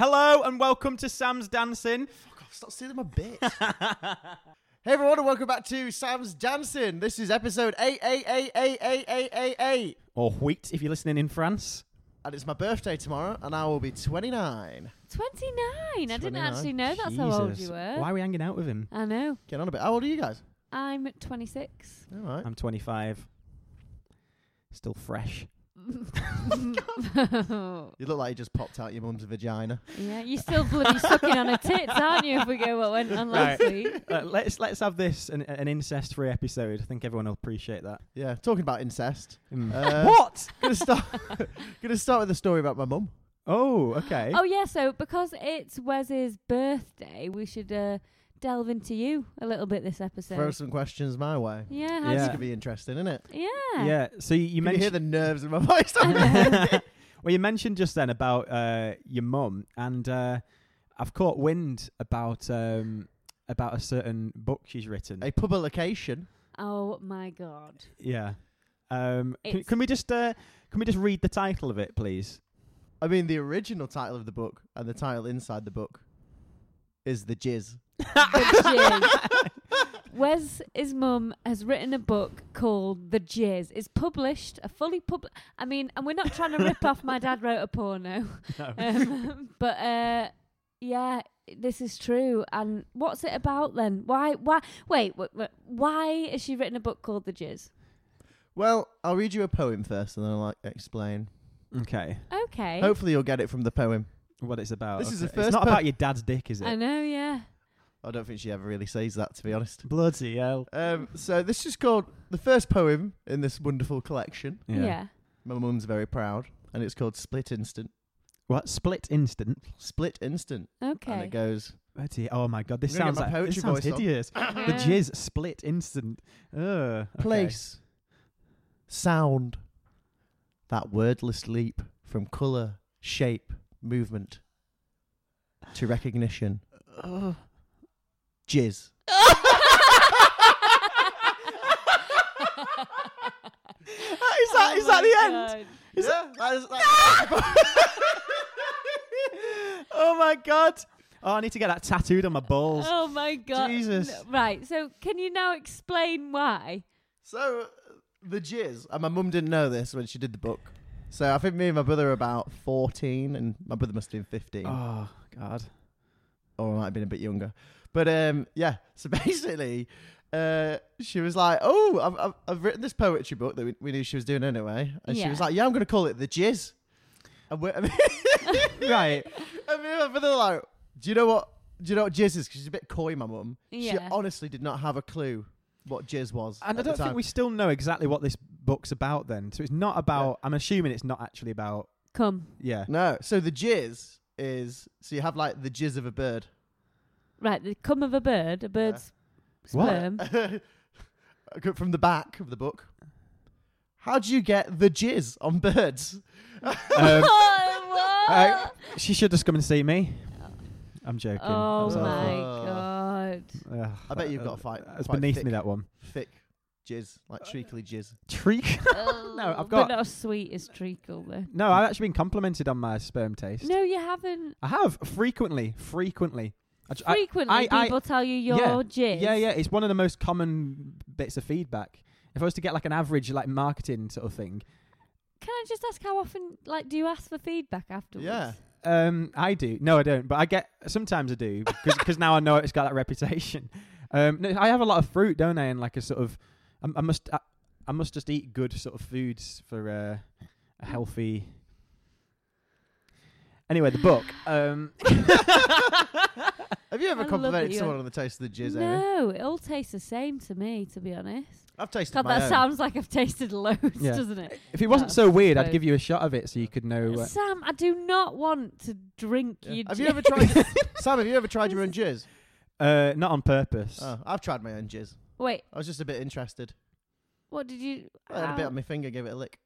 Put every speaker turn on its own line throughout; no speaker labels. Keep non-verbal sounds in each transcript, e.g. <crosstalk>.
Hello and welcome to Sam's
<laughs>
Dancing.
Stop stealing my bit. <laughs> hey everyone, and welcome back to Sam's Dancing. This is episode eight, eight, eight, eight, eight, eight, eight, eight,
Or wheat if you're listening in France.
and it's my birthday tomorrow, and I will be twenty nine.
29. I didn't
29.
actually know that's how old
Jesus,
you were.
Why are we hanging out with him?
I know.
Get on a bit. How old are you guys?
I'm <laughs> 26.
All right.
I'm 25. Still fresh.
yeah,
You look like you just popped out your mum's vagina.
you're still bloody sucking on her tits, aren't you, if we go what went on last
Right.
week? <laughs>
Uh, let's let's have this an, an incest-free episode. I think everyone will appreciate that.
Yeah. Talking about incest.
Mm.
<laughs> Uh,
what?
Gonna start. <laughs> gonna start with a story about my mum.
Oh, okay.
Oh, yeah, so because it's Wes's birthday, we should uh, delve into you a little bit this episode.
Throw some questions my way.
yeah, how
Yeah.
This could be interesting, isn't it?
Do you, yeah.
yeah. So you, you
You, you hear
mentioned
the nerves in my <laughs>
<laughs>
voice.
<laughs>
well, you mentioned just then about uh, your mum, and uh, I've caught wind about um, about a certain book she's written.
a publication.
Oh, my God.
Yeah. Um, can,
It's-
can we just uh, can we just read the title of it, please?
I mean, the original title of the book and the title inside the book is the jizz.
<laughs>
The Jizz. Wes's mum has written a book called The Jizz. It's published, a fully pub. I mean, and we're not trying to rip off My Dad Wrote a Porno.
<laughs> No.
Um, but uh, yeah, this is true. And what's it about then? Why? Why? Wait, wh- wh- why has she written a book called The Jizz?
Well, I'll read you a poem first and then I'll like, explain.
Okay.
Okay.
Hopefully, you'll get it from the poem.
What it's about.
This is the
Okay.
first
It's not
per-
about your dad's dick, is it?
I know, yeah.
I don't think she ever really says that, to be honest.
Bloody hell.
Um, so, this is called the first poem in this wonderful collection.
Yeah.
My mum's very proud, and it's called Split Instant.
What? Split instant.
Split Instant. And
Okay.
it goes,
Bloody- Oh my god, this
I'm gonna
sounds
get my
like this
poetry
sounds
voice Ah. on.
hideous. The
Yeah. <laughs>
jizz <laughs> split instant. Ugh. okay.
Place, sound, that wordless leap from colour, shape, movement to recognition. Jizz.
Is that is that the end?
Oh God.
Is
yeah, that
<laughs>
is,
Oh my god. Oh, I need to get that tattooed on my balls.
Oh my god.
Jesus.
No, Right, so can you now explain why?
So uh, the jizz, and my mum didn't know this when she did the book. So I think me and my brother are about fourteen, and my brother must have been fifteen,
Oh god.
or I might have been a bit younger. But um, yeah. So <laughs> basically, uh, she was like, "Oh, I've, I've, I've written this poetry book that we, we knew she was doing anyway," and she
Yeah.
was like, "Yeah, I'm going to call it the jizz." And <laughs> we're, I mean,
Right.
and me and my brother were like, "Do you know what? Do you know what jizz is?" 'Cause she's a bit coy, my mum. She
Yeah.
honestly did not have a clue what jizz was.
And I
at the
don't think
time.
we still know exactly what this book's about then. So it's not about I'm assuming it's not actually about
Come.
yeah.
No. So the jizz is so you have like the jizz of a bird.
Right, the cum of a bird, a bird's
What?
sperm.
Go <laughs> From the back of the book. How do you get the jizz on
<laughs>
birds?
Um,
<laughs> Oh,
uh,
what?
she should just come and see me. I'm joking. That
Oh
was awful.
my
awful.
god.
Ugh,
I bet
that-
you've got a fight.
That's
quite
beneath
thick,
me that one.
thick jizz, like treacly
<laughs>
jizz. <laughs>
Treacle. <laughs> No, I've got-
But not as sweet as treacle, though.
No, I've actually been complimented on my sperm taste.
No, you haven't.
I have frequently, frequently. I j- I- I-
Frequently,
I-
people tell you your
yeah.
jizz.
yeah, yeah, it's one of the most common bits of feedback. If I was to get like an average like marketing sort of thing,
Can I just ask how often, like, do you ask for feedback afterwards?
Yeah.
Um, I do. No, I don't. But I get sometimes I do because now I know it's got that reputation. <laughs> Um, no, I have a lot of fruit, don't I? And like a sort of, I, I must, I, I must just eat good sort of foods for uh, a healthy. Anyway, the book. Um,
Have you ever
I love that
complimented
you-
someone on the taste of the
eh?
jizz, Amy?
No, it all tastes the same to me, to be honest.
I've tasted
God,
my
that
own.
sounds like I've tasted <laughs> loads,
Yeah.
doesn't it?
if it wasn't
That's
so weird, I'd
so-
give you a shot of it so you could know. Uh,
Sam, I do not want to drink
Yeah.
your
Have
jizz.
you ever tried? Sam, have you ever tried your own jizz?
uh, not on purpose.
Oh, I've tried my own jizz.
<laughs> Wait,
I was just a bit interested.
what did you.
I had a bit
Ow.
on my finger, gave it a lick.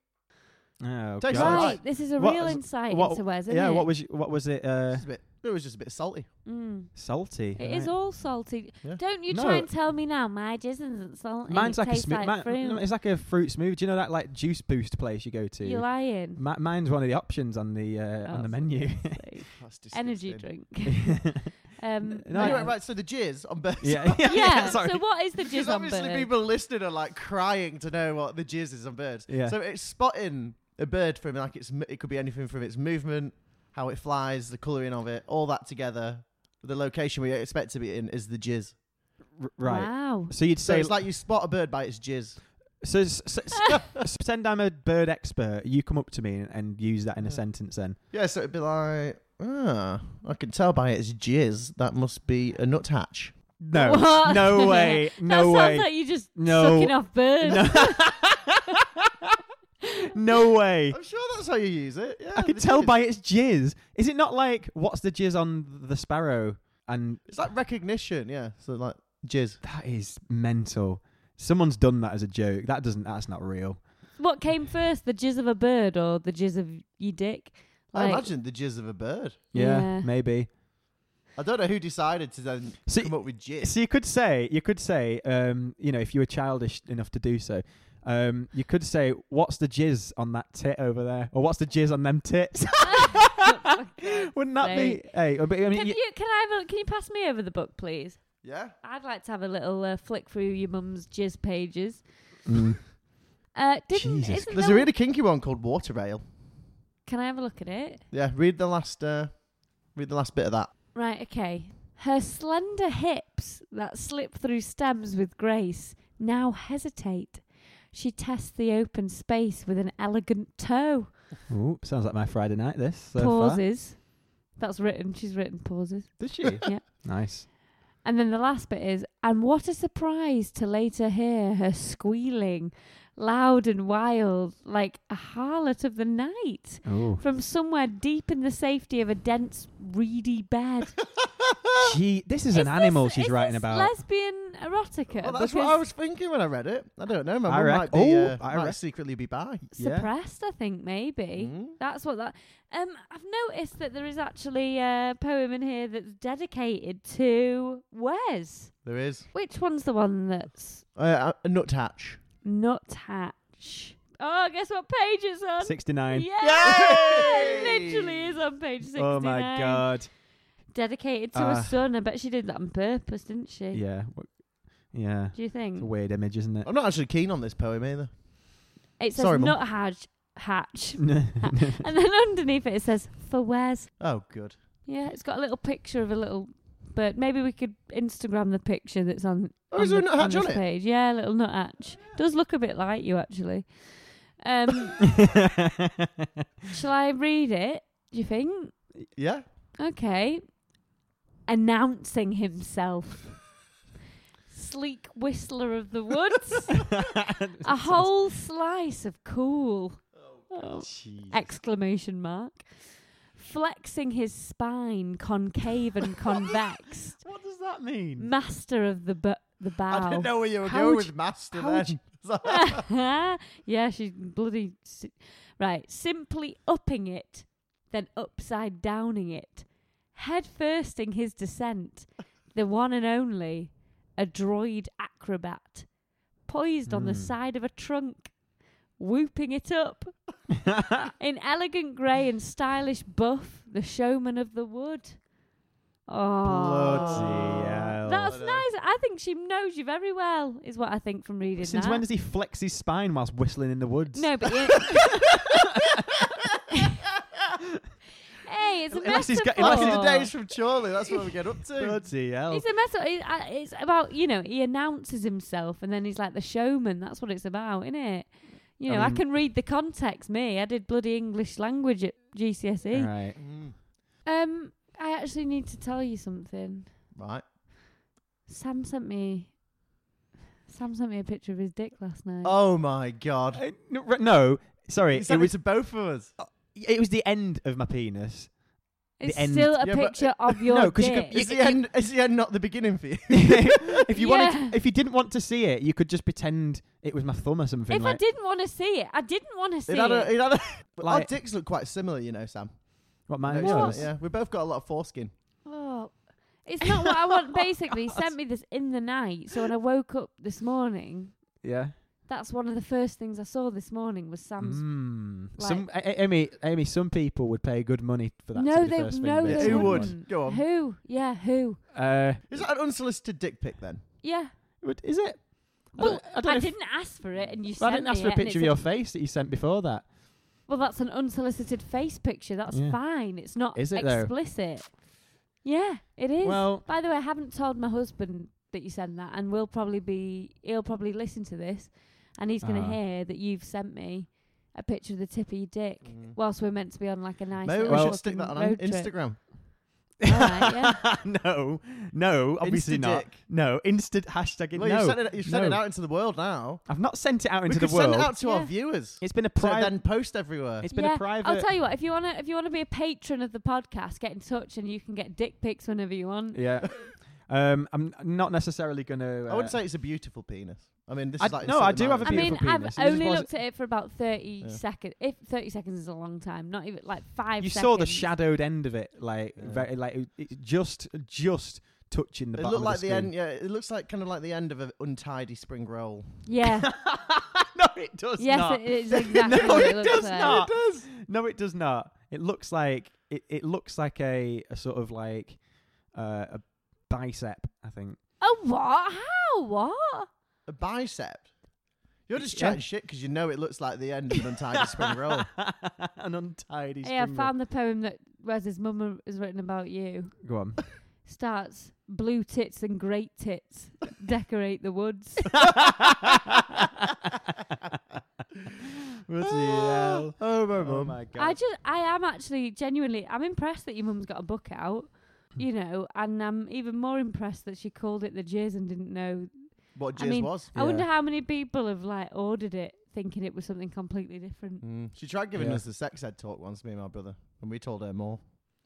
Oh,
Tastes
God.
like-
Right, this is a
What
real
was-
insight
what-
into Wes, isn't
yeah.
it?
What was y- what was it? Uh,
Just a bit- It was just a bit salty.
Mm.
salty.
It is
right.
all salty.
Yeah.
Don't you
No.
try and tell me now my jizz isn't salty.
Mine's
it
like a
tastes
smoo-
like
mine-
fruit.
It's like a fruit smoothie. Do you know that like juice boost place you go to?
You're lying.
<laughs> Mi- mine's one of the options on the uh, on
Oh, <laughs>
the menu. <laughs>
for God's sake.
That's disgusting.
energy drink. um,
No,
Anyway,
I-
right. <laughs> So the jizz on birds. <laughs>
yeah, yeah,
Yeah.
sorry.
so what is the
Because
jizz on
obviously
bird?
people listening are like crying to know what the jizz is on birds.
Yeah.
So it's spotting a bird from like its. m- It could be anything from its movement, how it flies, the colouring of it, all that together. The location we expect to be in is the jizz.
R- right.
Wow.
So you'd
So
say
it's like you spot a bird by its jizz.
so. s- s-
<laughs>
<laughs> s- Pretend I'm a bird expert. You come up to me and, and use that in a
Yeah.
sentence. Then
Yeah. So it'd be like, ah, I can tell by its jizz that must be a nut hatch.
no,
<laughs> What?
no
<laughs>
way, no
that
way,
sounds like you just
No.
sucking off birds.
no, no
<laughs>
way.
I'm sure that's how you use it. Yeah.
I can
the
tell
jizz.
by its jizz. Is it not like what's the jizz on the sparrow? And
It's like recognition. Yeah. So like jizz.
that is mental. Someone's done that as a joke. That doesn't. That's not real.
What came first, the jizz of a bird or the jizz of your dick?
I
Like-
imagine the jizz of a bird.
Yeah,
Yeah.
maybe.
I don't know who decided to then
So,
come up with jizz.
so you could say, you could say, um, you know, if you were childish enough to do so, um, you could say, "What's the jizz on that tit over there?" or "What's the jizz on them
<laughs>
tits?"
Oh
Wouldn't that be? Hey, but I mean,
Can
y-
you can I have a, can you pass me over the book, please?
Yeah.
I'd like to have a little uh, flick through your mum's jizz pages.
<laughs> Mm.
Uh, didn't,
Jesus.
Isn't
There's
there
a really kinky one called Water Rail.
Can I have a look at it?
Yeah, read the last uh, read the last bit of <laughs> that.
Right, okay. Her slender hips that slip through stems with grace now hesitate. She tests the open space with an elegant toe.
Ooh, sounds like my Friday night. This so far.
pauses. That's written. She's written pauses.
Did she?
<laughs> Yeah.
Nice.
And then the last bit is, and what a surprise to later hear her squealing, loud and wild, like a harlot of the night,
Oh.
from somewhere deep in the safety of a dense, reedy bed.
She. This is, an
this-
animal she's
is
writing
this
about.
lesbian erotica.
Well, that's
Because
what I was thinking when I read it. I don't know. My
I
mum
rec-
might be.
Oh,
uh,
I
might
rec-
secretly be bi.
Yeah.
suppressed. I think maybe
Mm.
that's what that. Um, I've noticed that there is actually a poem in here that's dedicated to Wes.
There is
Which one's the one that's
uh, a nut hatch.
Nut Hatch. Oh, guess what page it's on?
Sixty-nine.
Yes!
Yay!
It literally is on page 69.
Oh my god.
Dedicated to
Uh,
her son. I bet she did that on purpose, didn't she?
Yeah. wha- Yeah.
Do you
It's
think?
a weird image, isn't it?
I'm not actually keen on this poem either.
It says
Sorry, Mum.
Nut Hatch. Hatch. <laughs> and then underneath it, it says, for Wes.
Oh, good.
Yeah, it's got a little picture of a little bird. Maybe we could Instagram the picture that's on.
Oh, is
on
there a
the-
nut hatch
this
on it?
Page. Yeah, a little nut hatch. Does look a bit like you, actually.
<laughs>
Um, shall I read it? Do you think?
Yeah.
Okay. Announcing himself. Sleek whistler of the woods. <laughs>
<laughs>
<laughs>
a whole slice of cool. Oh, exclamation mark. Flexing his spine,
<laughs>
concave and convex.
What does that mean?
Master of the bu- the
I
bow.
didn't know where you were
How
going
would
with master
how would
then.
<laughs> yeah, she's bloody. Si- right, simply upping it, then upside downing it, head firsting his descent, the one and only, a droid acrobat, poised on the
Mm.
side of a trunk, whooping
<laughs>
it up. In elegant grey and stylish buff, the showman of the wood. Oh,
Bloody hell.
that's nice. I think she knows you very well, is what I think from reading
Since
that.
when does he flex his spine whilst whistling in the woods?
No, but you hey, it's a
Unless
metaphor.
he's got- unless
Back in the days from Chorley, that's what we get <laughs> up to.
<laughs> Bloody hell.
It's a metaphor. It- uh, It's about you know he announces himself and then he's like the showman. That's what it's about, isn't it? You
I
know, I,
mean-
can read the context. Me, I did bloody English language at <laughs> GCSE.
Right.
Mm.
E. Um, I actually need to tell you something.
Right.
Sam sent me. Sam sent me a picture of his dick last night.
Oh my god.
Uh, no, r- no, sorry.
He
It
sent it
was
to both of us.
it was the end of my penis. <laughs>
<laughs> it's
the end.
still a
Yeah, but-
picture of your
<laughs> No, 'cause you
dick.
could-
Is the end? Is the end not the beginning for you?
if you
Yeah.
wanted, if you didn't want to see it, you could just pretend it was my thumb or something.
if
like,
I didn't want to see it, I didn't want to see
It had a,
it.
it had a, our
Like-
dicks look quite similar, you know, Sam.
what mine
Next to
was.
it, Yeah, we both got a lot of foreskin.
Oh, it's not
<laughs> Oh,
what I want. Basically, he sent me this in the night. So when I woke up this morning
Yeah.
That's one of the first things I saw this morning was Sam's.
Mm.
Um, like-
some A- A- Amy, Amy. Some people would pay good money for that.
no,
to be the
they
first thing
no,
they
they
see.
Who would?
wouldn't.
Go on.
Who? Yeah, who?
Uh,
Is that an unsolicited dick pic then?
Yeah.
would- is it? I
Well,
don't-
I,
don't know if-
didn't ask for it, and you.
Well, I
sent
didn't ask
me
for a
it and
picture of
it's
your face that you sent before that.
Well, that's an unsolicited face picture. That's
Yeah.
fine. It's not
Is it, though?
explicit. Yeah, it is.
Well,
By the way, I haven't told my husband that you sent that, and we'll probably be he'll probably listen to this, and he's going to
Ah.
hear that you've sent me a picture of the tip of your dick whilst we're meant to be on like a nice.
Maybe we
little
should stick that
fucking
on
road trip.
Instagram.
Alright, yeah.
no, no, obviously not.
Insta-dick.
No, instant hashtag.
Well,
no,
you've sent it, you've sent it
No.
out into the world now.
I've not sent it out into
we could
the world.
send it out to
Yeah.
our viewers.
It's been a
So
private.
then post everywhere.
<laughs> it's been
yeah,
a private.
I'll tell you what. If you wanna, if you wanna be a patron of the podcast, get in touch, and you can get dick pics whenever you
<laughs>
want.
yeah. Um, I'm not necessarily going to. Uh,
I wouldn't say it's a beautiful penis. I mean, this
I-
is like
no, I do have a
I mean,
beautiful
I've
penis. It just
only
wasn't-
looked at it for about thirty
Yeah.
seconds. If thirty seconds is a long time, not even like five.
You
seconds.
saw the shadowed end of it, like
Yeah.
very, like it, it's just just touching the
It
bottom.
looked
of
like the,
the
end. Yeah, it looks like kind of like the end of an untidy spring roll.
Yeah.
no, <laughs> it does
yes,
not.
it <laughs> is exactly
<laughs> no,
what
it,
it, looks
does
like.
not. It does. No, it does not. It looks like it. It looks like a, a sort of like uh, a bicep. I think.
Oh what? How? What?
A bicep. You're just
Yeah.
chatting shit because you know it looks like
<laughs>
the end of an untidy spring roll.
An untidy.
Hey, I
spring roll.
found the poem that Wes's mum has written about you.
Go on.
Starts blue tits and great tits decorate the woods.
<laughs> Bloody hell.
Oh my
<laughs> Oh
mum.
my god.
I just, I am actually genuinely, I'm impressed that your mum's got a book out. You know, and I'm even more impressed that she called it the jizz and didn't know.
What
I
jizz
mean,
was?
I
Yeah.
wonder how many people have like ordered it thinking it was something completely different.
Mm. She tried giving
Yeah.
us the sex ed talk once, me and my brother, and we told her more.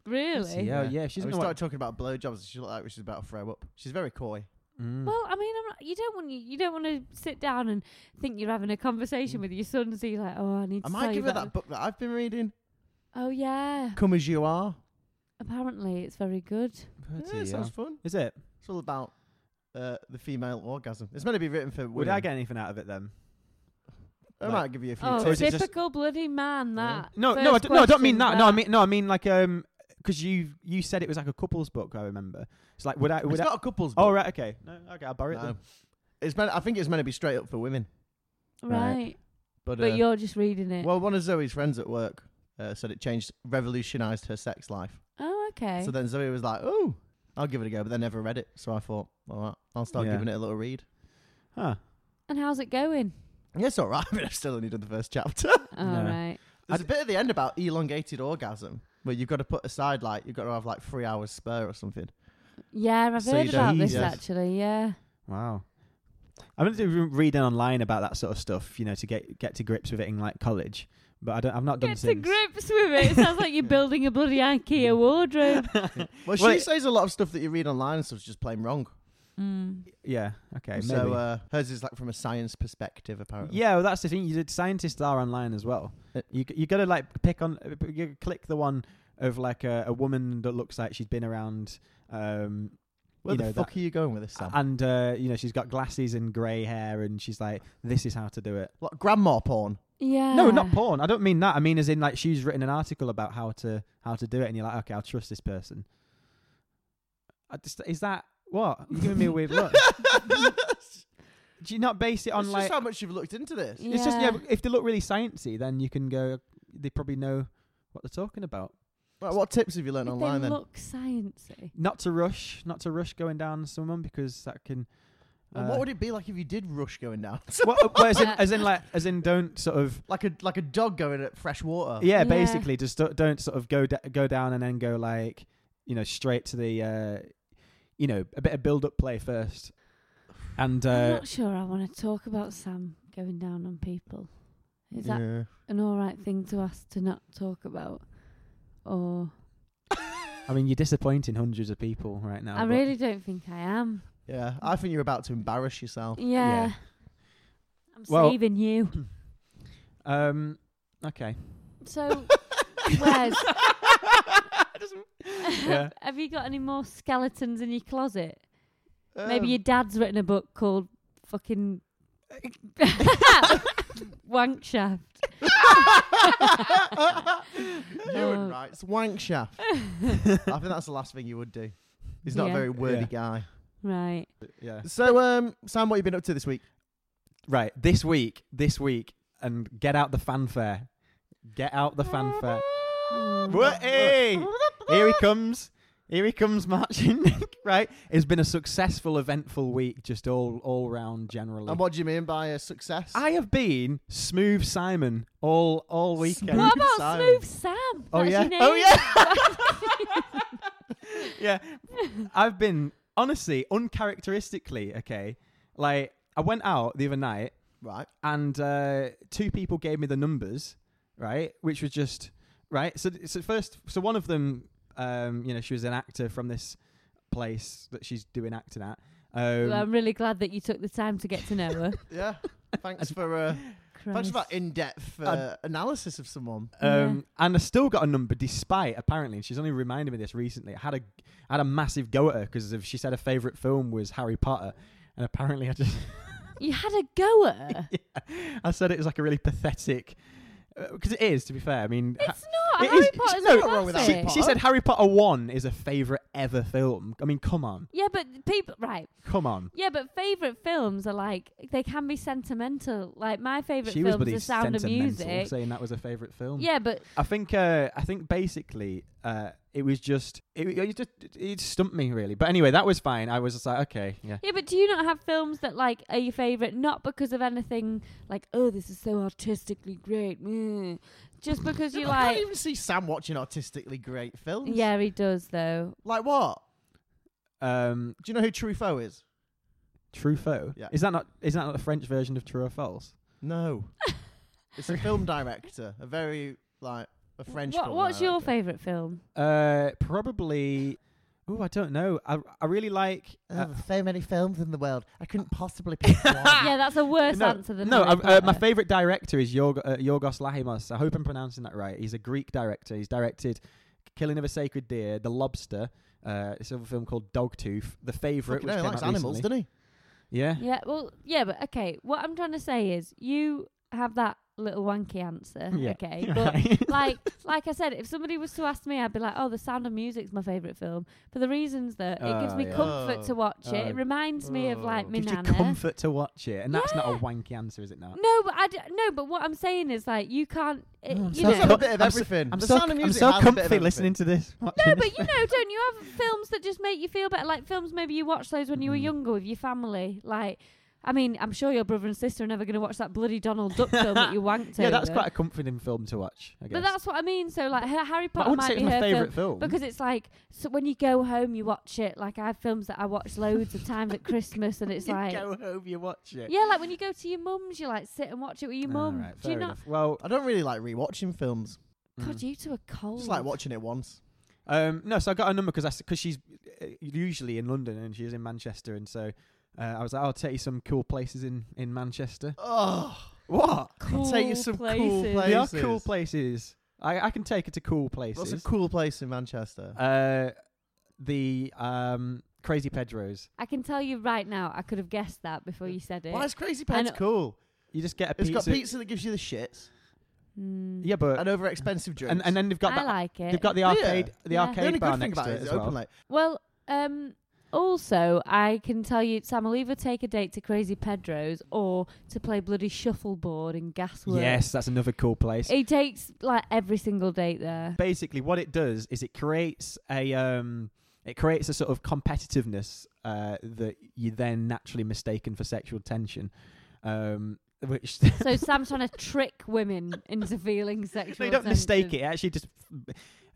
Really?
Yeah, yeah, she's
And we
not-
started talking about blowjobs. and She looked like she was about to throw up. She's very coy.
Mm.
Well, I mean, I'm not, you don't want you, you don't want to sit down and think you're having a
Hmm.
conversation with your son. So you're like, oh, I need to
I
tell
might
you
give her
about
that book that I've been reading,
the-" Oh yeah.
Come as You Are.
Apparently, it's very good.
Bloody
Yeah, it sounds
hell.
fun.
Is it?
It's all about uh, the female orgasm. It's meant to be written for women.
Would I get anything out of it then?
I
like-
might give you a few.
Oh,
Or
tips.
is it just-
typical bloody man! That
No,
First
no, I d- no, I don't mean that.
question,
No, I mean no, I mean like um 'cause you you said it was like a couples book. I remember. It's like would I? Would
It's
I?
not a couple's book.
oh right, okay. No, okay, I'll borrow it.
No.
Then.
It's meant, I think it's meant to be straight up for women.
right.
But,
But
uh,
you're just reading it.
well, one of Zoe's friends at work uh, said it changed, revolutionised her sex life.
oh, okay.
So then Zoe was like, "Oh, I'll give it a go," but they never read it. So I thought, "All right, I'll start
Yeah.
giving it a little read."
Huh.
and how's it going?
Yeah, it's all right. <laughs> I mean, I've still only done the first chapter. <laughs>
All
No.
right.
There's a bit at the end about elongated orgasm, where you've got to put aside like you've got to have like three hours spare or something.
Yeah, I've
So you
heard
don't-
about this
Jesus.
actually. Yeah.
Wow. I'm going to do reading online about that sort of stuff, you know, to get get to grips with it in like college. But I don't. I've not done
Get to
since.
grips with it. It sounds like
<laughs>
you're building a bloody IKEA wardrobe.
Well,
Well,
she
it-
says a lot of stuff that you read online and stuff's just plain wrong.
mm.
<laughs> Yeah. Okay. Maybe.
So uh, hers is like from a science perspective, apparently.
yeah, well, that's the thing. You did scientists are online as well.
Uh,
You you got to like pick on you click the one of like a, a woman that looks like she's been around. Um,
Where
you
the
know,
fuck
that-
are you going with this, Sam?
and uh, you know she's got glasses and grey hair, and she's like, "This is how to do it."
Like grandma porn.
Yeah.
No,
Uh.
not porn. I don't mean that. I mean as in like she's written an article about how to how to do it, and you're like, okay, I'll trust this person. I just, is that what you're giving me a weird
<laughs>
look? Do you not base it on
it's
like?
just how much you've looked into this.
Yeah.
It's just yeah. If they look really sciencey, then you can go. They probably know what they're talking about.
Right, what tips have you
If
learned
they
online then?
look sciencey.
Not to rush. Not to rush going down someone because that can. uh,
And what would it be like if you did rush going <laughs> down?
What, well, as, in, as in like as in don't sort of
uh, like a like a dog going at fresh water.
yeah,
Yeah.
basically just do- don't sort of go da- go down and then go like you know straight to the uh you know a bit of build up play first and
I'm
uh
not sure I want to talk about Sam going down on people. Is that an all right thing to ask to not talk about? Or
i mean you're disappointing hundreds of people right now
I
but-
really don't think I am.
Yeah, I think you're about to embarrass yourself.
Yeah.
Oh, Yeah.
I'm
Well-
saving you.
um okay <laughs>
So, Wes, <laughs>
Yeah.
have you got any more skeletons in your closet?
Um, <laughs>
<laughs>
<laughs>
Maybe your dad's written a book called fucking <laughs> Wank shaft. Oh.
Ewan writes wank
<laughs>
shaft. I think that's the last thing you would do. He's not
Yeah.
a very wordy
Yeah.
guy.
Right.
yeah.
So, um, Sam, what you been up to this week?
Right. This week, this week, and get out the fanfare. Get out the
Um, <laughs>
fanfare. Wha- hey! Here he comes. Here he comes marching. <laughs> right. It's been a successful, eventful week, just all all round generally.
And what do you mean by a success?
I have been smooth Simon all all weekend.
What about
Sam.
Smooth Sam?
Oh,
That's
yeah?
your name?
Oh, yeah. I've been honestly uncharacteristically okay. Like I went out the other night
right.
and uh, two people gave me the numbers, right? Which was just right. So, so first, so one of them, um, you know, she was an actor from this place that she's doing acting at. Um,
Well, I'm really glad that you took the time to get to know
<laughs>
her.
Yeah.
<laughs>
Thanks for uh, thanks
Christ.
for that in-depth uh,
I'd-
analysis of someone.
um, And I still got a number, despite apparently, and she's only reminded me this recently. I had a, I had a massive go at her because she said her favorite film was Harry Potter, and apparently I just. <laughs>
You had a go at her.
I said it was like a really pathetic, because it is. To be fair, I mean, ha-
It's not.
It
Harry
is-
Potter's
no,
a
nothing wrong with
classic.
Harry
she, she said Harry Potter One is a favorite ever film. I mean, come on,
Yeah, but people, right.
come on.
Yeah, but favourite films are like, they can be sentimental. Like, my favourite
She was
film's
bloody
The Sound of
sentimental,
Music.
saying that was a favorite film.
Yeah, but
I think uh, I think basically uh, it was just it, it just it stumped me really. But anyway, that was fine. I was just like, okay, yeah.
yeah, but do you not have films that like are your favourite not because of anything like oh this is so artistically great, mm, just
<laughs>
because you
I can't
like
even see Sam watching artistically great films.
yeah he does though
Like what?
Um,
Do you know who Truffaut is?
true foe.
Yeah.
Is that not is that not the French version of true or false?
No. <laughs> it's a film director. A very like a French.
What,
film
what's your
director.
favourite film?
Uh, probably. Oh, I don't know. I I really like.
There
Uh,
are so many films in the world. I couldn't <laughs> possibly pick one.
yeah, that's a worse
no,
answer than
no,
Harry
I- uh, my
Potter.
favorite director is Yorg- uh, Yorgos Lahimos. I hope I'm pronouncing that right. He's a Greek director. He's directed Killing of a Sacred Deer, The Lobster. Uh, it's a film called Dogtooth. The favorite,
Fucking
which
hell, he
came
likes
out
animals,
recently.
doesn't he?
Yeah.
Yeah, well, yeah, but okay. What I'm trying to say is, you have that little wanky answer,
Yeah. <laughs>
okay?
You're
But
right.
like, like I said, if somebody was to ask me, I'd be like, "Oh, The Sound of Music's my favourite film for the reasons that it gives
Oh,
me
yeah.
comfort to
Oh.
watch it.
Oh.
It reminds me of like
Oh.
my
gives you
nana."
comfort to watch it, and that's not
Yeah. Mm.
a wanky answer, is it? Not.
No, but I d- no, but what I'm saying is like you can't, it,
No, Oh, I'm
you
so
know.
Does have a
co-
bit of
I'm so-
everything.
I'm
The
so,
Sound of
I'm
Music
so
has a bit of
comfy
everything.
listening to this.
No, but you know, don't you have films that just make you feel better? Like films maybe you watched those when you were
Mhm.
younger with your family. Like, I mean, I'm sure your brother and sister are never going to watch that bloody Donald Duck film that you
<laughs>
wanked
yeah, that's
over.
quite a comforting film to watch. I guess.
But that's what I mean. So like, her Harry
But I
Potter
wouldn't
might
say it's
be
my
her film
favourite film.
because it's like so when you go home you watch it. Like I have films that I watch loads of times at Christmas, and
<laughs>
it's
you
like
go home, you watch it.
yeah, like when you go to your mum's, you like sit and watch it with your mum.
Alright,
Do you
fair
not? Oh,
enough. Mm. Well,
I don't really like rewatching films.
God, you two are cold.
Just like watching it once.
Um, no, so I got a number because because she's uh, usually in London and she's in Manchester, and so uh, I was like, I'll take you some cool places in in Manchester.
Oh,
What?
Cool
take you some cool
places.
They are
Places.
cool places. I, I can take her to cool
what's
places.
a cool place in Manchester?
uh, the um Crazy Pedros.
I can tell you right now, I could have guessed that before you said it.
Why is Crazy
I
Pants
know-
cool?
You just get a
It's
pizza.
got pizza that gives you the shits
Mm.
Yeah, but
and over expensive drinks.
and, and then they've got
I
that.
like it.
They've got the
Yeah.
arcade, the
Yeah.
the only
arcade bar
good thing
next
about
to
it
it
is
as
open
well.
late.
Well, um, also, I can tell you, Sam will either take a date to Crazy Pedro's or to play bloody shuffleboard in Gasworks.
Yes, that's another cool place.
He takes like every single date there.
basically what it does is it creates a um it creates a sort of competitiveness uh that you then naturally mistaken for sexual tension um which <laughs>
So Sam's trying to trick women into feeling sexual.
no, you don't mistake it
tension.
it actually just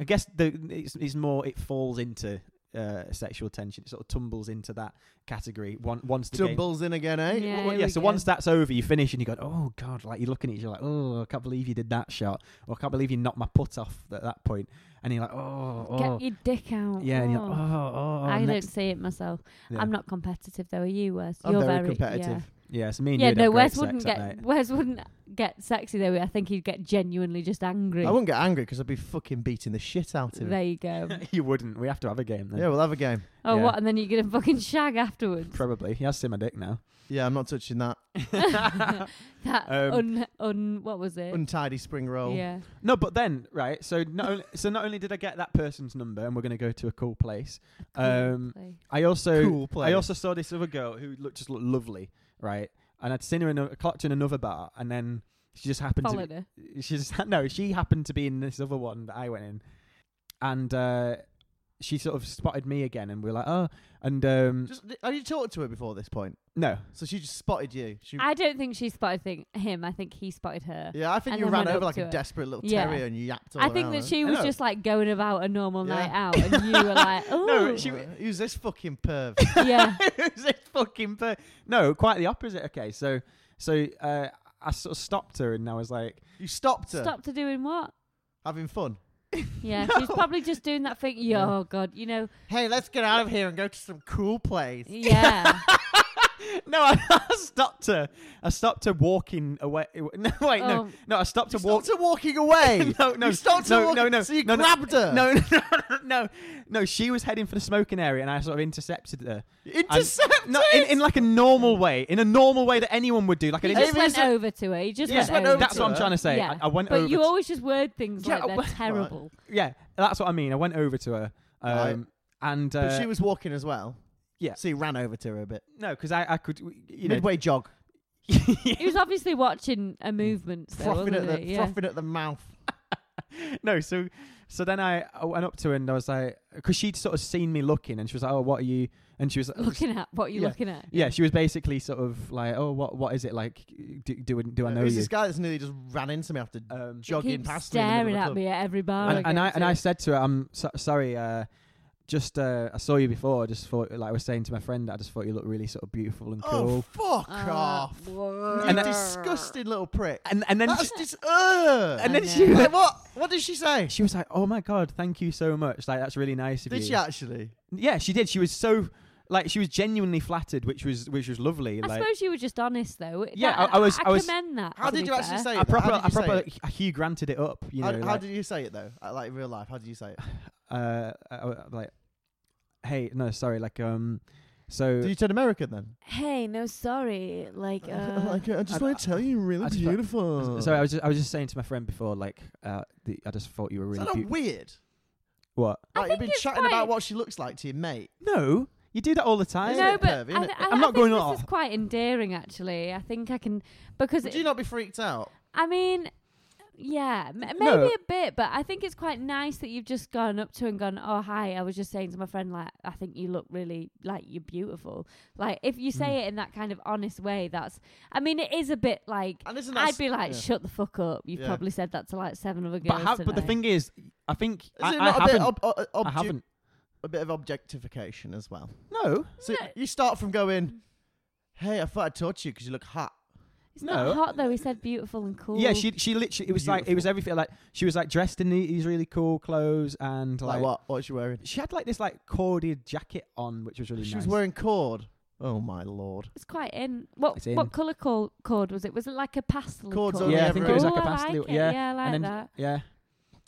i guess the it's, it's more it falls into uh sexual tension it sort of tumbles into that category one once the game-
Tumbles in again, eh?
Yeah,
Well, well,
here
yeah,
we
so
go.
once that's over, you finish and you go, oh god, like you're looking at it, you're like, oh, I can't believe you did that shot, or I can't believe you knocked my putt off at that point, and you're like, oh, oh.
Get your dick out.
Yeah, and you're
Oh.
like, oh, oh, oh,
I
next
don't see it myself.
Yeah.
I'm not competitive though. Are you? Wes?
I'm
You're
very
yeah.
competitive.
Yeah, so me and
yeah,
you would have
no,
great
Wes
sex
wouldn't
that
get
night.
Wes wouldn't get sexy though. I think he'd get genuinely just angry.
I wouldn't get angry because I'd be fucking beating the shit out of him.
There
<laughs>
you go. <laughs>
you wouldn't. We have to have a game then.
Yeah, we'll have a game.
Oh,
Yeah.
what? And then you're gonna fucking shag afterwards.
Probably. He has seen my dick
<laughs>
now. <laughs>
Yeah, I'm not touching that
that
Um,
un un what was it?
untidy spring roll.
Yeah.
No, but then right. So not only, so not only did I get that person's number, and we're going to go to a cool place. Um,
Cool play.
I also
Cool place.
I also saw this other girl who looked just looked lovely, right? And I'd seen her in a, clocked her in another bar, and then she just happened
Followed her.
to be, she just <laughs> no she happened to be in this other one that I went in, and uh, she sort of spotted me again, and we are like oh, and um,
Just, have you talked to her before this point?
no, <laughs>
So she just spotted you. She,
I don't think she spotted thing, him. I think he spotted her.
yeah, I think
and
you
then
ran
went
over
up
like
to
a
her.
desperate little
Yeah.
terrier and you yapped all
I think
around
that
her.
she was
No.
just like going about a normal
Yeah.
night out, and you were like,
No,
oh,
she-
Uh, Who's this fucking perv?
yeah,
<laughs> Is it fucking per- no, quite the opposite. Okay, so so uh, I sort of stopped her, and I was like, <laughs>
you stopped her
stop to doing what?
having fun.
Yeah,
No.
she's probably just doing that thing. Yeah,
Yeah.
Oh God, you know,
Hey, let's get out of here and go to some cool place.
yeah.
no, <laughs> I, I stopped her. I stopped her walking away. <laughs> No, wait, no,
Oh.
no, I stopped her
You
walking.
stopped her walking <laughs> away.
No, no,
you stopped
no,
her walking.
no, no,
so you
no, no,
grabbed her.
No, <laughs> no, no, no, no. She was heading for the smoking area, and I sort of intercepted her.
You
And-
intercepted.
No, in, in like a normal way, in a normal way that anyone would do. Like I
Oh, He
didn't.
just
Maybe
went
it's a-
over to her. He just
yeah,
went
went
over.
that's
to
what I'm
her.
trying to say.
Yeah.
I, I went
But
over.
you
to-
always just word things
Yeah,
like
but-
they're terrible.
yeah, that's what I mean. I went over to her, um, and uh,
but she was walking as well.
yeah.
So you ran over to her a bit.
no, because I, I could, you know, <laughs>
Midway jog.
He was obviously watching a movement, so
frothing
wasn't
at the
he? Yeah.
frothing at the mouth.
no, so so then I, I went up to her and I was like, because she'd sort of seen me looking, and she was like, "Oh, what are you?" And she was
<laughs> Looking at what you're
Yeah.
looking at.
<laughs> yeah, she was basically sort of like, "Oh, what what is it like? Do do, do I know
Who's
you?"
this guy that's nearly just ran into me after
Um,
She
jogging
keeps
past me? in the middle
staring
of
at
the
me at every bar.
and,
I
and
go
I and I
to.
said to her, "I'm so, sorry, uh, just uh, I saw you before. I just thought, like I was saying to my friend, I just thought you looked really sort of beautiful and
club.
cool."
Oh, fuck
Uh,
off.
whoa.
You
And then-
disgusting little prick.
And and then
That's
she,
just. Ugh.
and
I
then
know.
she was like,
Like, what? What did she say?
she was like, "Oh my god, thank you so much. Like that's really nice of
Did
you."
she actually?
Yeah, she did. She was so like she was genuinely flattered, which was which was lovely.
I
like
suppose you were just honest though.
Yeah,
That-
I- I was-
I,
I was-
commend that.
How
to
did
be
you actually
fair.
say
I
that?
proper,
how
I
did you say
proper
it?
Hugh granted it up. You know,
How- how
like,
did you say it though? Uh, Like in real life, how did you say it?
uh, uh, like, hey, no, sorry, like, um, so
Did you turn American then?
Hey, no, sorry. Like, uh,
<laughs> like, I just
I-
want to tell you, you're really
I just-
beautiful.
sorry, I was just, I was just saying to my friend before, like, uh, the, I just thought you were really
Is that not
beautiful.
weird?
What?
I
Like, you've
think
been
it's
chatting
quite-
about what she looks like to your mate.
No, you do that all the time.
Isn't
no,
it
but
pervy,
I,
isn't it?
I,
I'm not
I think
going
this
off.
is quite endearing, actually. I think I can because
Would
it,
you not be freaked out?
I mean, yeah, m- maybe
No.
a bit, but I think it's quite nice that you've just gone up to and gone, "Oh, hi." I was just saying to my friend, like, I think you look really like you're beautiful. Like, if you say
Mm.
it in that kind of honest way, that's. I mean, it is a bit like.
And isn't that
I'd be like,
yeah.
shut the fuck up. You've
Yeah.
probably said that to like seven other
but
girls.
how, but the
tonight.
thing is, I think I,
Is it
I
not a bit,
haven't.
ob- ob-
I
obju-
haven't.
a bit of objectification as well?
No,
So
No.
you start from going, "Hey, I thought I'd touch you because you look hot."
It's not
No.
hot though. He said beautiful and cool.
yeah, she she literally it was like it was
Beautiful.
everything like she was like dressed in the- these really cool clothes and
Like,
like,
what? What's she wearing?
she had like this like corded jacket on which was really
she
nice.
was wearing cord. Oh my lord!
It's quite in. What
It's in.
what color cord, cord was it? Was it like a pastel
Cords
colour?
only
yeah, I
ever
think
in-
it was
Ooh,
like a
I
pastel.
like it.
yeah,
yeah, I like
and then
that.
yeah,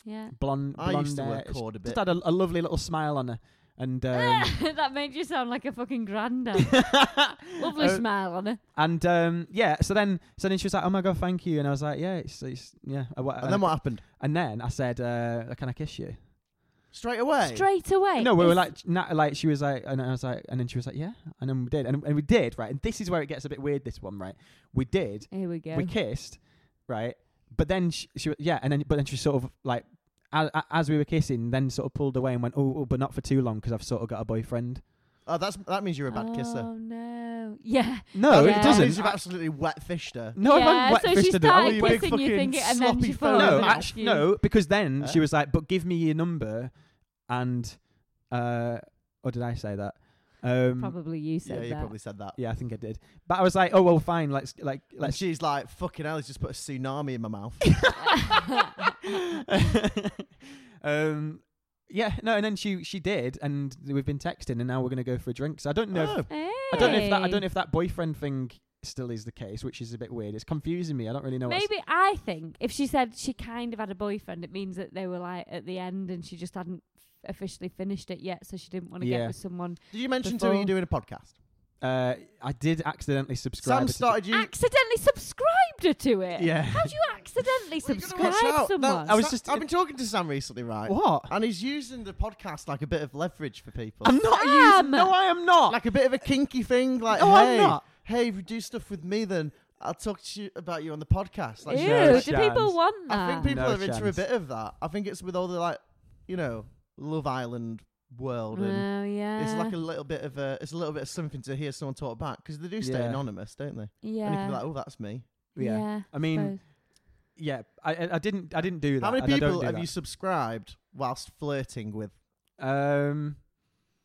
Yeah. <laughs>
blonde.
I
blonde
used to
hair.
wear
It's
cord a bit.
Just had a, a lovely little smile on her, and um,
that made you sound like a fucking granddad.
<laughs>
Ah! Lovely
Uh,
smile on her.
and um, yeah. So then, so then she was like, "Oh my god, thank you," and I was like, "Yeah, it's, it's yeah." I wa- uh,
And then what happened?
And then I said, uh, "Can I kiss you?"
Straight away.
Straight away.
No, we were
It's-
like, na like she was like, and I was like, and then she was like, "Yeah," and then we did, and, and we did, right? And this is where it gets a bit weird. This one, right? We did,
Here we go.
we kissed, right? But then she, she, yeah, and then but then she sort of like, as, as we were kissing, then sort of pulled away and went, "Oh, oh, but not for too long because I've sort of got a boyfriend."
Oh, that's that means you're a bad kisser.
Oh no. Yeah.
No,
Yeah.
it
That means
doesn't.
you've absolutely wet fished her.
No,
yeah.
I haven't wet
so she
fished her.
started
you big
kissing you,
fucking
think it, and then
sloppy
she
fella.
followed
Oh, No,
it
Oh,
act-
after you. Uh.
no, because then
Huh?
she was like, "But give me your number," and uh, or did I say that? Um,
Probably you said
Yeah, you
that. <laughs>
probably said that.
Yeah, I think I did. But I was like, "Oh well, fine. Let's like
Like
let's."
she's like, fucking hell, he's just put a tsunami in
<laughs>
my mouth.
<laughs> um, yeah, no, and then she she did, and we've been texting, and now we're gonna go for a drink. So I don't know. If,
Oh.
I don't know if that I
Hey.
don't know if that boyfriend thing still is the case, which is a bit weird. It's confusing me. I don't really know. what's-
Maybe I think if she said she kind of had a boyfriend, it means that they were like at the end and she just hadn't f- officially finished it yet, so she didn't want to
Yeah.
get with someone.
Did you mention to
Before-
me you're doing a podcast?
Uh, I did accidentally subscribe.
Sam
to-
started you.
Accidentally subscribed her to it.
Yeah.
<laughs>
How do you accidentally
Well, you gotta watch
subscribe
out.
someone?
I was
Sa-
just-
I've been talking to Sam recently, right?
what?
And he's using the podcast like a bit of leverage for people.
I'm not
Sam!
using. No, I am not.
like a bit of a kinky thing. Like,
No, I'm
hey,
not.
hey, if you do stuff with me, then I'll talk to you about you on the podcast. Like,
Ew,
No
do people
chance.
want that?
I think people
No
are into a
chance.
bit of that. I think it's with all the like, you know, Love Island world, and
Oh yeah.
it's like a little bit of a, it's a little bit of something to hear someone talk back because they do stay
Yeah.
anonymous, don't they? And you
yeah.
can be like, oh, that's me.
yeah. I mean, yeah. I- I, I didn't. I didn't do that.
How many
and I don't
people
do
have
that.
you subscribed whilst flirting with?
Um, <sighs>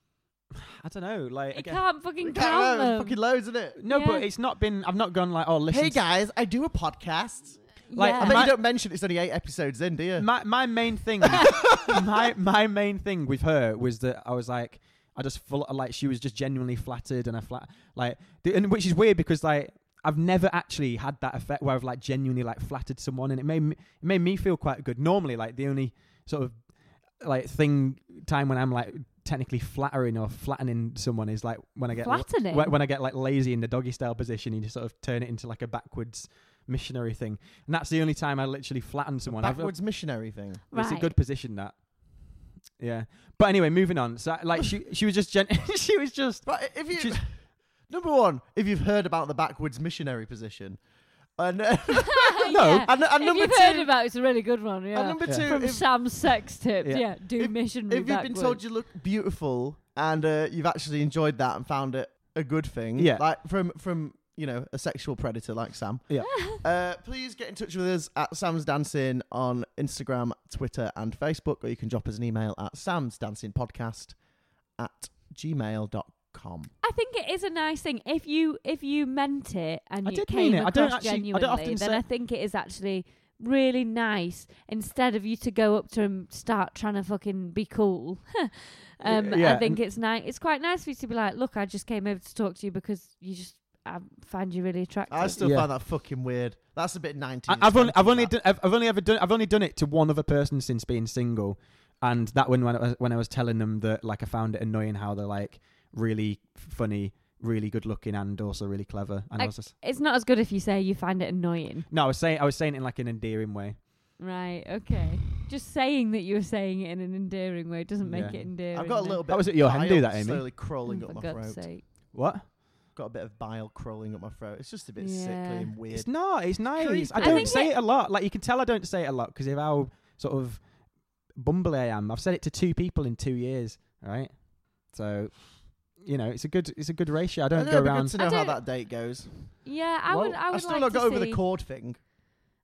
I don't know. Like,
it
again-
can't fucking
I don't
count
know,
them.
Fucking loads, isn't it?
no, but
Yeah.
it's not been. I've not gone like, oh, listen.
Hey guys, I do a podcast.
like,
yeah.
I bet
My-
you don't mention it's only eight episodes in, do you?
<laughs> my my main thing, my my main thing with her was that I was like, I just full like she was just genuinely flattered, and I flat like, the, and which is weird because like. I've never actually had that effect where I've like genuinely like flattered someone, and it made me, it made me feel quite good. Normally, like the only sort of like thing time when I'm like technically flattering or flattening someone is like when I get
Flattening.
when, when I get like lazy in the doggy style position, you just sort of turn it into like a backwards missionary thing, and that's the only time I literally flatten someone. I've- uh,
Backwards missionary thing.
It's a
Right.
good position that. Yeah, but anyway, moving on. So like she she was just gen- <laughs> she was just
But if you
She's-
<laughs> number one, if you've heard about the backwards missionary position, and
<laughs>
uh,
No,
<laughs>
Oh, yeah.
and, and
if
number
you've
two,
heard about it, it's a really good one. Yeah.
and number
Yeah.
two,
From
if,
Sam's sex tips.
Yeah.
Yeah. Do
If-
missionary
if you've been
backwards.
told you look beautiful and uh, you've actually enjoyed that and found it a good thing,
Yeah.
like from from you know a sexual predator like Sam,
Yeah.
uh, please get in touch with us at Sam's Dancing on Instagram, Twitter, and Facebook, or you can drop us an email at Sam's Dancing Podcast at gmail.com.
I think it is a nice thing if you if you meant it and
I
you
did
came
mean it. I don't
across
actually- I
genuinely.
don't often
then
say-
I think it is actually really nice instead of you to go up to him start trying to fucking be cool. <laughs> um,
Y- yeah,
I think it's nice. It's quite nice for you to be like, look, I just came over to talk to you because you just I find you really attractive.
I still
Yeah.
find that fucking weird. That's a bit 90s.
I, I've only
20s,
I've only
that.
done, I've, I've only ever done I've only done it to one other person since being single, and that one when I was, when I was telling them that like I found it annoying how they're like really funny, really good looking, and also really clever. And I,
I-
was just,
it's not as good if you say you find it annoying,
no, I was saying I was saying it in like an endearing way.
right? Okay, just saying that you were saying it in an endearing way doesn't make
Yeah.
it endearing.
I've got a
no.
little bit.
That was
of
at your hand, do
bile
that, Amy.
Slowly crawling
Oh,
up
for
my
God's
throat.
sake.
What?
Got a bit of bile crawling up my throat. It's just a bit sickly
Yeah.
and weird.
It's not. It's nice. I
I
don't
think
say
it-
it a lot. Like you can tell, I don't say it a lot because of how sort of bumbly I am. I've said it to two people in two years. all right? So, you know, it's a good it's a good ratio. I don't
It'd
go
be
around.
Good to know
I
how
don't-
that date goes.
Yeah, I would.
Whoa.
I would
I've still
like
not
to
got over
see-
the chord thing.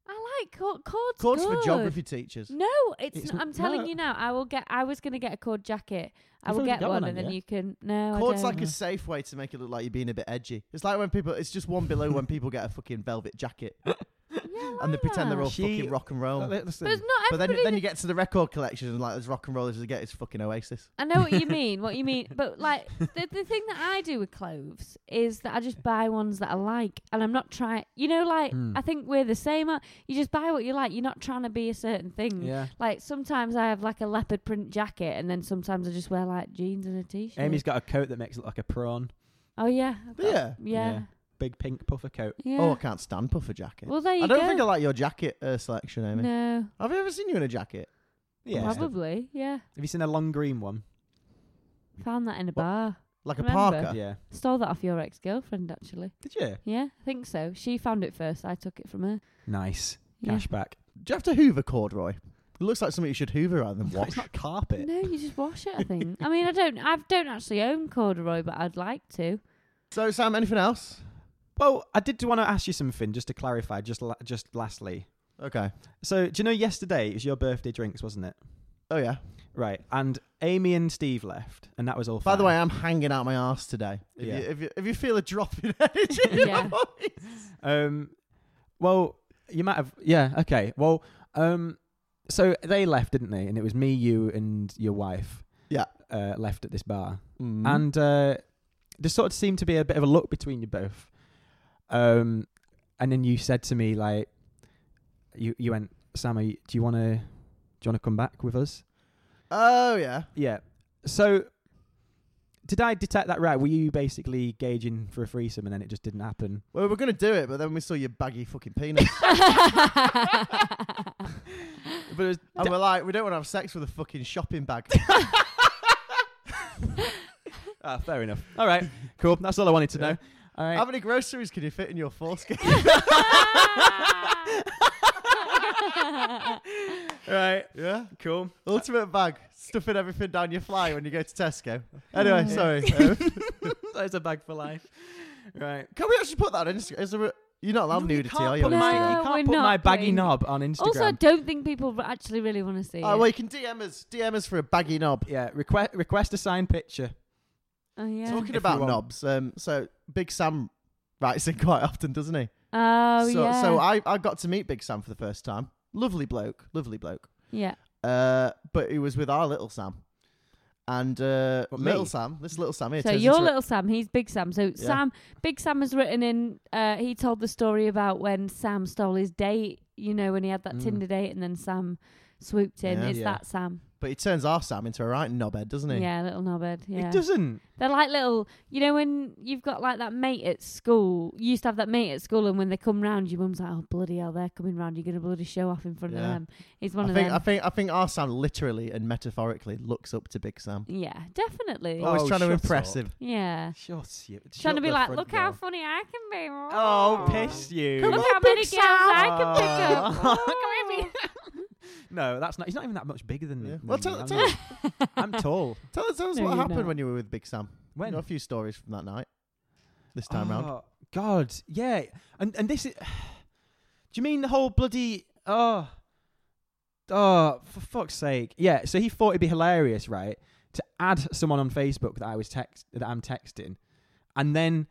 I like chord. Chords,
Chords
good.
for geography teachers.
No, it's.
It's
n-
n-
I'm telling
no.
you now. I will get. I was gonna get a chord jacket. I
You've
will
already
get
got
one,
one,
and then
haven't you?
you can. No,
Chords
I don't.
like a safe way to make it look like you're being a bit edgy. It's like when people. It's just one below when people get a fucking velvet jacket
Yeah, I like
<laughs> and they pretend they're
that.
all
She-
fucking rock and roll.
Uh, li- listen.
But it's not
But then,
Ah. everybody.
then
that-
you get to the record collection and like there's rock and rollers as they get is fucking Oasis.
I know what you mean. What you mean, but like the the thing that I do with clothes is that I just buy ones that I like, and I'm not trying. You know, like
Hmm.
I think we're the same. uh, You just buy what you like. You're not trying to be a certain thing.
yeah.
Like sometimes I have like a leopard print jacket, and then sometimes I just wear like jeans and a t-shirt.
Amy's got a coat that makes it look like a prawn.
Oh yeah. I've got-
Yeah.
Yeah.
Yeah. Big pink puffer coat.
Yeah.
Oh, I can't stand puffer jacket.
well, there you
I don't
go.
think I like your jacket uh, selection, Amy.
no,
Have you ever seen you in a jacket?
Yeah. Have
probably. Yeah,
you seen a long green one?
found that in a
What?
bar.
Like a
Remember?
parker?
Yeah.
Stole that off your ex-girlfriend, actually.
Did you?
Yeah, I think so. She found it first. I took it from her.
Nice.
Yeah.
Cash back.
Do you have to hoover corduroy? It looks like something you should hoover rather
<laughs>
than wash.
It's not carpet.
No, you just wash it. I think.
<laughs>
I mean, I don't. I don't actually own corduroy, but I'd like to. <laughs>
so, Sam, anything else?
Well, I did want to ask you something just to clarify, just la- just lastly.
Okay.
So, do you know yesterday it was your birthday drinks, wasn't it?
Oh, yeah.
Right, and Amy and Steve left, and that was all.
By the
fine.
way, I'm hanging out my arse today. If,
Yeah.
you, if, you, if you feel a drop in <laughs> energy,
Yeah.
um, well, you might have, yeah, okay. Well, um, so they left, didn't they? And it was me, you, and your wife.
Yeah.
uh, left at this bar,
Mm.
and uh, there sort of seemed to be a bit of a look between you both. Um, and then you said to me like, you you went, Sam, are you, do you want to do you want to come back with us?
Oh yeah.
Yeah. So did I detect that right? Were you basically gauging for a threesome and then it just didn't happen?
Well, we were gonna do it, but then we saw your baggy fucking
<laughs>
penis,
But it was,
and we're like, we don't want to have sex with a fucking
<laughs>
shopping bag.
ah, fair enough. <laughs> All right, cool. That's all I wanted to know. All right.
How many groceries can you fit in
<laughs>
your foreskin?
all right.
yeah.
Cool. <laughs>
Ultimate bag, stuffing everything down your fly when you go to
<laughs>
Tesco. Anyway, sorry. Um,
That's a bag for life. Right.
can we actually put that on Instagram? Is there a, you're not allowed
No, you
nudity,
can't
are you?
put
on
my,
Instagram?
you
No,
can't
we're
put my
not
baggy
doing-
knob on Instagram.
also, I don't think people r- actually really want to see
Oh,
it.
well, you can DM us. DM us for a baggy knob.
yeah, request request a signed picture.
Oh, yeah.
Talking
you
about
want.
knobs, um, so Big Sam writes in quite often, doesn't he?
Oh,
so,
yeah.
So I, I got to meet Big Sam for the first time. Lovely bloke, lovely bloke.
yeah.
Uh, but he was with our little Sam, and uh,
What,
little
me?
Sam, this little Sam here.
So
turns
you're
into a-
little Sam, he's Big Sam. So
Yeah.
Sam, Big Sam has written in. Uh, he told the story about when Sam stole his date. You know when he had that
Mm.
Tinder date, and then Sam swooped in.
Yeah.
It's
Yeah.
that Sam.
but he turns our Sam into a right knobhead, doesn't he?
Yeah, little knobhead. Yeah,
It doesn't.
they're like little. You know when you've got like that mate at school. You used to have that mate at school, and when they come round, your mum's like, "Oh bloody hell, they're coming round. You're gonna bloody show off in front of
Yeah.
them." He's one
I
of
think I
them.
think I think our Sam literally and metaphorically looks up to Big Sam.
yeah, definitely.
Oh,
Always trying to
shut
impress
up.
him.
Yeah,
Shut you.
trying to be like, "Look
how.
how funny I can be."
Oh,
Aw.
piss you.
Look how many girls I can pick <laughs> up.
Oh. <laughs> No, that's not. He's not even that much bigger than me.
Yeah.
than
Well,
me.
tell-
I'm
tell
not- <laughs> I'm tall.
Tell us, tell us
No,
what
you're
happened
not.
when you were with Big Sam.
When?
You know, a few stories from that night. This time round.
Oh, God, yeah, and and this is. <sighs> Do you mean the whole bloody? Oh, oh, for fuck's sake! Yeah, so he thought it'd be hilarious, right, to add someone on Facebook that I was text that I'm texting, and then,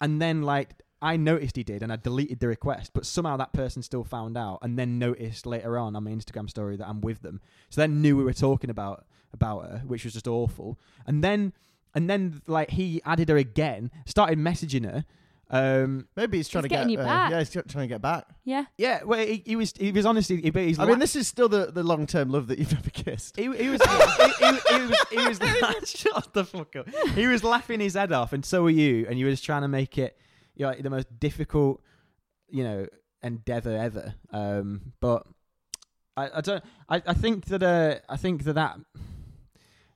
and then like I noticed he did, and I deleted the request, but somehow that person still found out, and then noticed later on on my Instagram story that I'm with them, so then knew we were talking about about her, which was just awful, and then. And then, like, he added her again, started messaging her. Um,
Maybe he's trying to
getting
get
you
uh,
back.
Yeah, he's tr- trying to get back.
Yeah.
yeah, well, he, he was, he was honestly, he, he's
I
la-
mean, this is still the, the long term love that you've never kissed.
He, he was, he, he, he was, he was,
<laughs>
la- shut the fuck up. He was laughing his head off, and so were you. And you were just trying to make it, you know, like, the most difficult, you know, endeavor ever. Um, but I, I don't, I, I think that, uh, I think that that,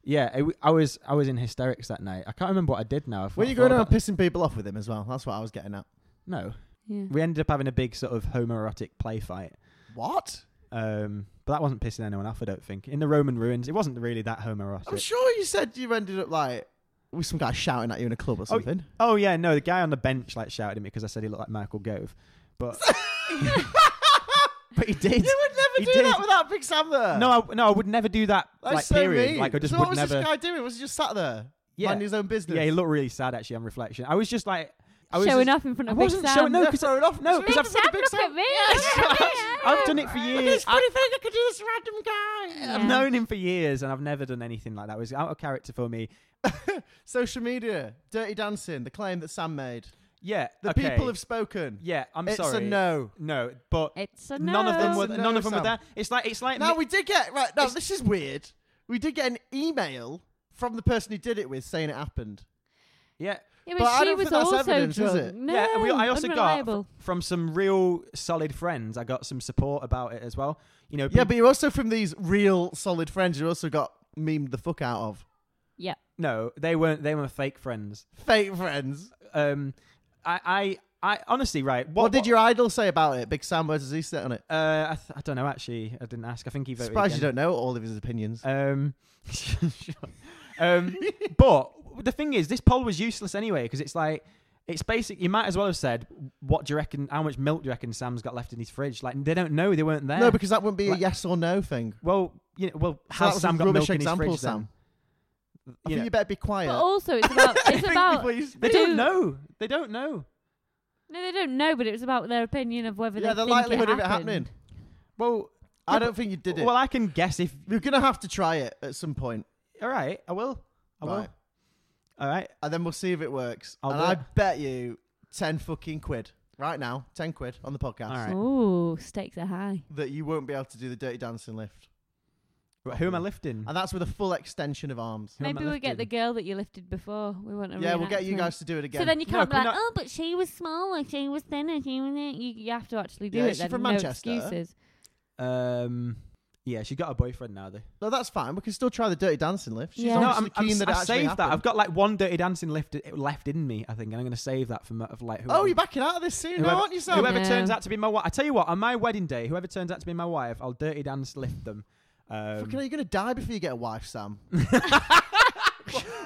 yeah, it, w- I was, I was in hysterics that night. I can't remember what I did now. I've
Were
not
you
thought
going around
about-
pissing people off with him as well? That's what I was getting at.
No,
Yeah.
we ended up having a big sort of homoerotic play fight.
What?
Um, but that wasn't pissing anyone off, I don't think. In the Roman ruins, it wasn't really that homoerotic.
I'm sure you said you ended up like with some guy shouting at you in a club or something.
oh yeah, no, the guy on the bench like shouted at me because I said he looked like Michael Gove, but <laughs> but he did.
You would never
He
do
did.
that without Big Sam there.
No, I, no, I would never do that.
That's
like
so
period,
mean.
like I just
so
would
what was
never.
this guy doing? Was he just sat there,
Yeah.
minding his own business?
Yeah, he looked really sad actually on reflection. I was just like, I was
showing
just,
off in front
I
of Big
wasn't
Sam.
showing no,
Yeah,
because
fair enough.
no,
Big
because I've
Sam,
Big
look at me. Look <laughs> at me.
<laughs> I've done it for years.
funny thing. I could do this random guy.
Yeah.
I've known him for years, and I've never done anything like that. It was out of character for me.
Social media, Dirty Dancing, the claim that Sam made.
Yeah,
The
okay.
people have spoken.
Yeah, I'm
it's
sorry.
a no.
No, but
It's a no.
none of them were
It's a
none of
no,
them were
Sam.
there. It's like it's like
Now
me-
we did get right. Now
It's-
this is weird. We did get an email from the person who did it with saying it happened.
yeah.
Yeah, but,
But I
she
don't
was
think that's
also
evidence, is
drunk.
it?
No,
yeah, and we, I also got
unreliable.
f- from some real solid friends. I got some support about it as well. You know,
Yeah,
peop-
but you're also from these real solid friends. You also got memed the fuck out of
no, they weren't. They were fake friends.
fake friends.
Um, I, I, I honestly, right?
What, did your idol say about it? Big Sam, where does he sit on it?
Uh, I, th- I don't know. Actually, I didn't ask. I think he voted.
Surprised you
against-
don't know all of his opinions.
Um, <laughs> um, but the thing is, this poll was useless anyway because it's like it's basic. You might as well have said, "What do you reckon? How much milk do you reckon Sam's got left in his fridge?" Like they don't know. They weren't there.
no, because that wouldn't be
Like-
a yes or no thing.
well, you know, well,
So that
has
was
Sam
a
got milk
rubbish
in his
example,
fridge? Then?
Sam. I
You
think
know.
you better be quiet.
But also, it's
<laughs>
about
Think
it's about
before you speak.
They don't know. They don't know.
no, they don't know, but it was about their opinion of whether
Yeah,
they
the
think
likelihood
it
of it
happened.
happening.
Well,
I don't think you did it.
well, I can guess if.
We're gonna have to try it at some point.
All right, I will. I will.
Right.
All right.
and then we'll see if it works.
I'll
and
do
I
it.
bet you ten fucking quid right now, 10 quid on the podcast,
All right.
Ooh, stakes are high.
that you won't be able to do the dirty dancing lift.
But who am I lifting?
And that's with a full extension of arms.
Who am I
Maybe we'll get the
lifting?
girl that you lifted before. We want to
yeah, we'll get you guys to do it again.
So then you
No,
can't be
can
like,
we not-
oh, but she was smaller, she was thinner, she was you, you have to actually do
Yeah,
it.
is she
then.
from
no
Manchester?
excuses.
Um, yeah, she got a boyfriend now. Though.
no, that's fine. We can still try the dirty dancing lift. She's yeah.
Yeah. No,
No,
obviously
I'm, I'm,
keen
s-
that it
I
actually
saved that.
happened.
I've got like one dirty dancing lift left in me. I think, and I'm going to save that for my- of like.
Oh,
whoever-
you're backing out of this soon now,
Whoever-
aren't you, Sam?
Whoever
Yeah.
turns out to be my wife, I tell you what, on my wedding day, whoever turns out to be my wife, I'll dirty dance lift them. Um,
Fucking hell, you're going to die before you get a wife,
<laughs>
Sam.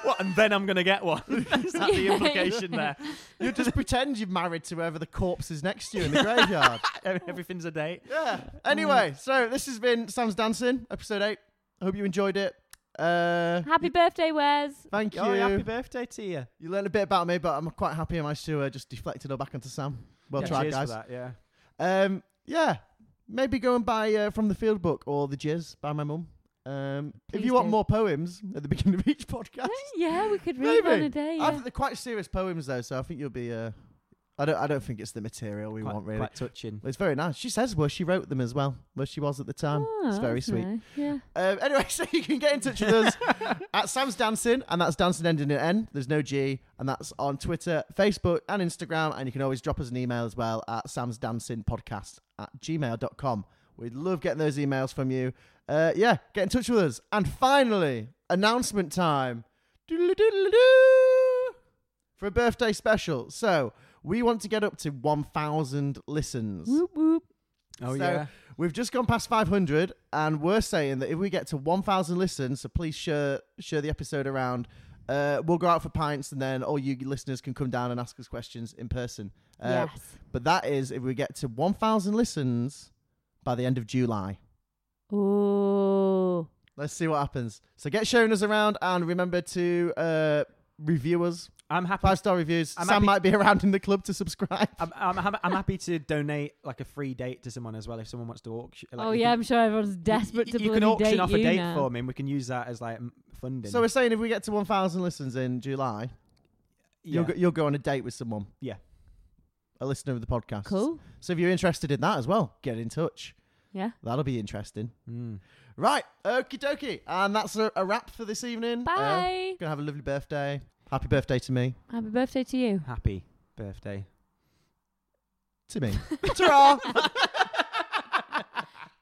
what? And then I'm gonna get one. <laughs> <laughs> Is
<laughs>
that the implication there?
You just pretend you're married to whoever the corpse is next to you in
<laughs>
the graveyard.
Everything's a date.
Yeah. <laughs> Anyway, so this has been Sam's Dancing, episode 8. I hope you enjoyed it. Uh,
Happy birthday, Wes.
thank you.
Oh, happy birthday to you.
you learned a bit about me, but I'm quite happy I managed to uh, just deflect it all back onto Sam. Well
yeah,
tried,
cheers
guys.
For that, yeah.
Um, yeah, maybe go and buy uh, from the Field Book or the Jizz by my mum. Um, if
Please
you want
do.
more poems at the beginning of each podcast,
Yeah, we could read
Maybe.
on a day.
I
Yeah.
think they're quite serious poems though, so I think you'll be. Uh, I don't. I don't think it's the material we
quite,
want really.
quite touching.
Well, It's very nice. She says where she wrote them as well, where she was at the time.
Oh,
it's very
that's
sweet.
nice, Yeah.
Um, anyway, <laughs> so you can get in touch with us at Sam's Dancing, and that's dancing ending in N. There's no G, and that's on Twitter, Facebook, and Instagram. And you can always drop us an email as well at Sam's Dancing Podcast at gmail.com. We'd love getting those emails from you. Uh, yeah, get in touch with us. And finally, announcement time. Doodle-a-doodle-a-doo. For a birthday special. So, we want to get up to 1,000 listens.
Whoop whoop.
Oh
So,
yeah.
We've just gone past 500, and we're saying that if we get to 1,000 listens, so please share share the episode around. Uh, we'll go out for pints, and then all you listeners can come down and ask us questions in person. Uh,
yes.
But that is if we get to 1,000 listens by the end of July.
Oh.
Let's see what happens. So get sharing us around, and remember to uh, review us.
I'm happy.
Five star reviews.
I'm
Sam
happy-
might be <laughs> around in the club to subscribe.
I'm, I'm, I'm, I'm happy to donate like a free date to someone as well if someone wants to auction. Like,
oh
you
yeah,
can-
I'm sure everyone's
you-
desperate
you,
to
you
bloody
can auction
date
off
you
a date
now.
for me, and we can use that as like m- funding.
So we're saying if we get to 1,000 listens in July,
yeah.
you'll, go, you'll go on a date with someone.
Yeah.
A listener of the podcast.
Cool.
So if you're interested in that as well, get in touch.
Yeah.
That'll be interesting.
Mm.
Right. Okie dokie. And that's a, a wrap for this evening. Uh,
Bye.
gonna have a lovely birthday. Happy birthday to me.
Happy birthday to you.
Happy birthday. <laughs>
To me. Ta-ra!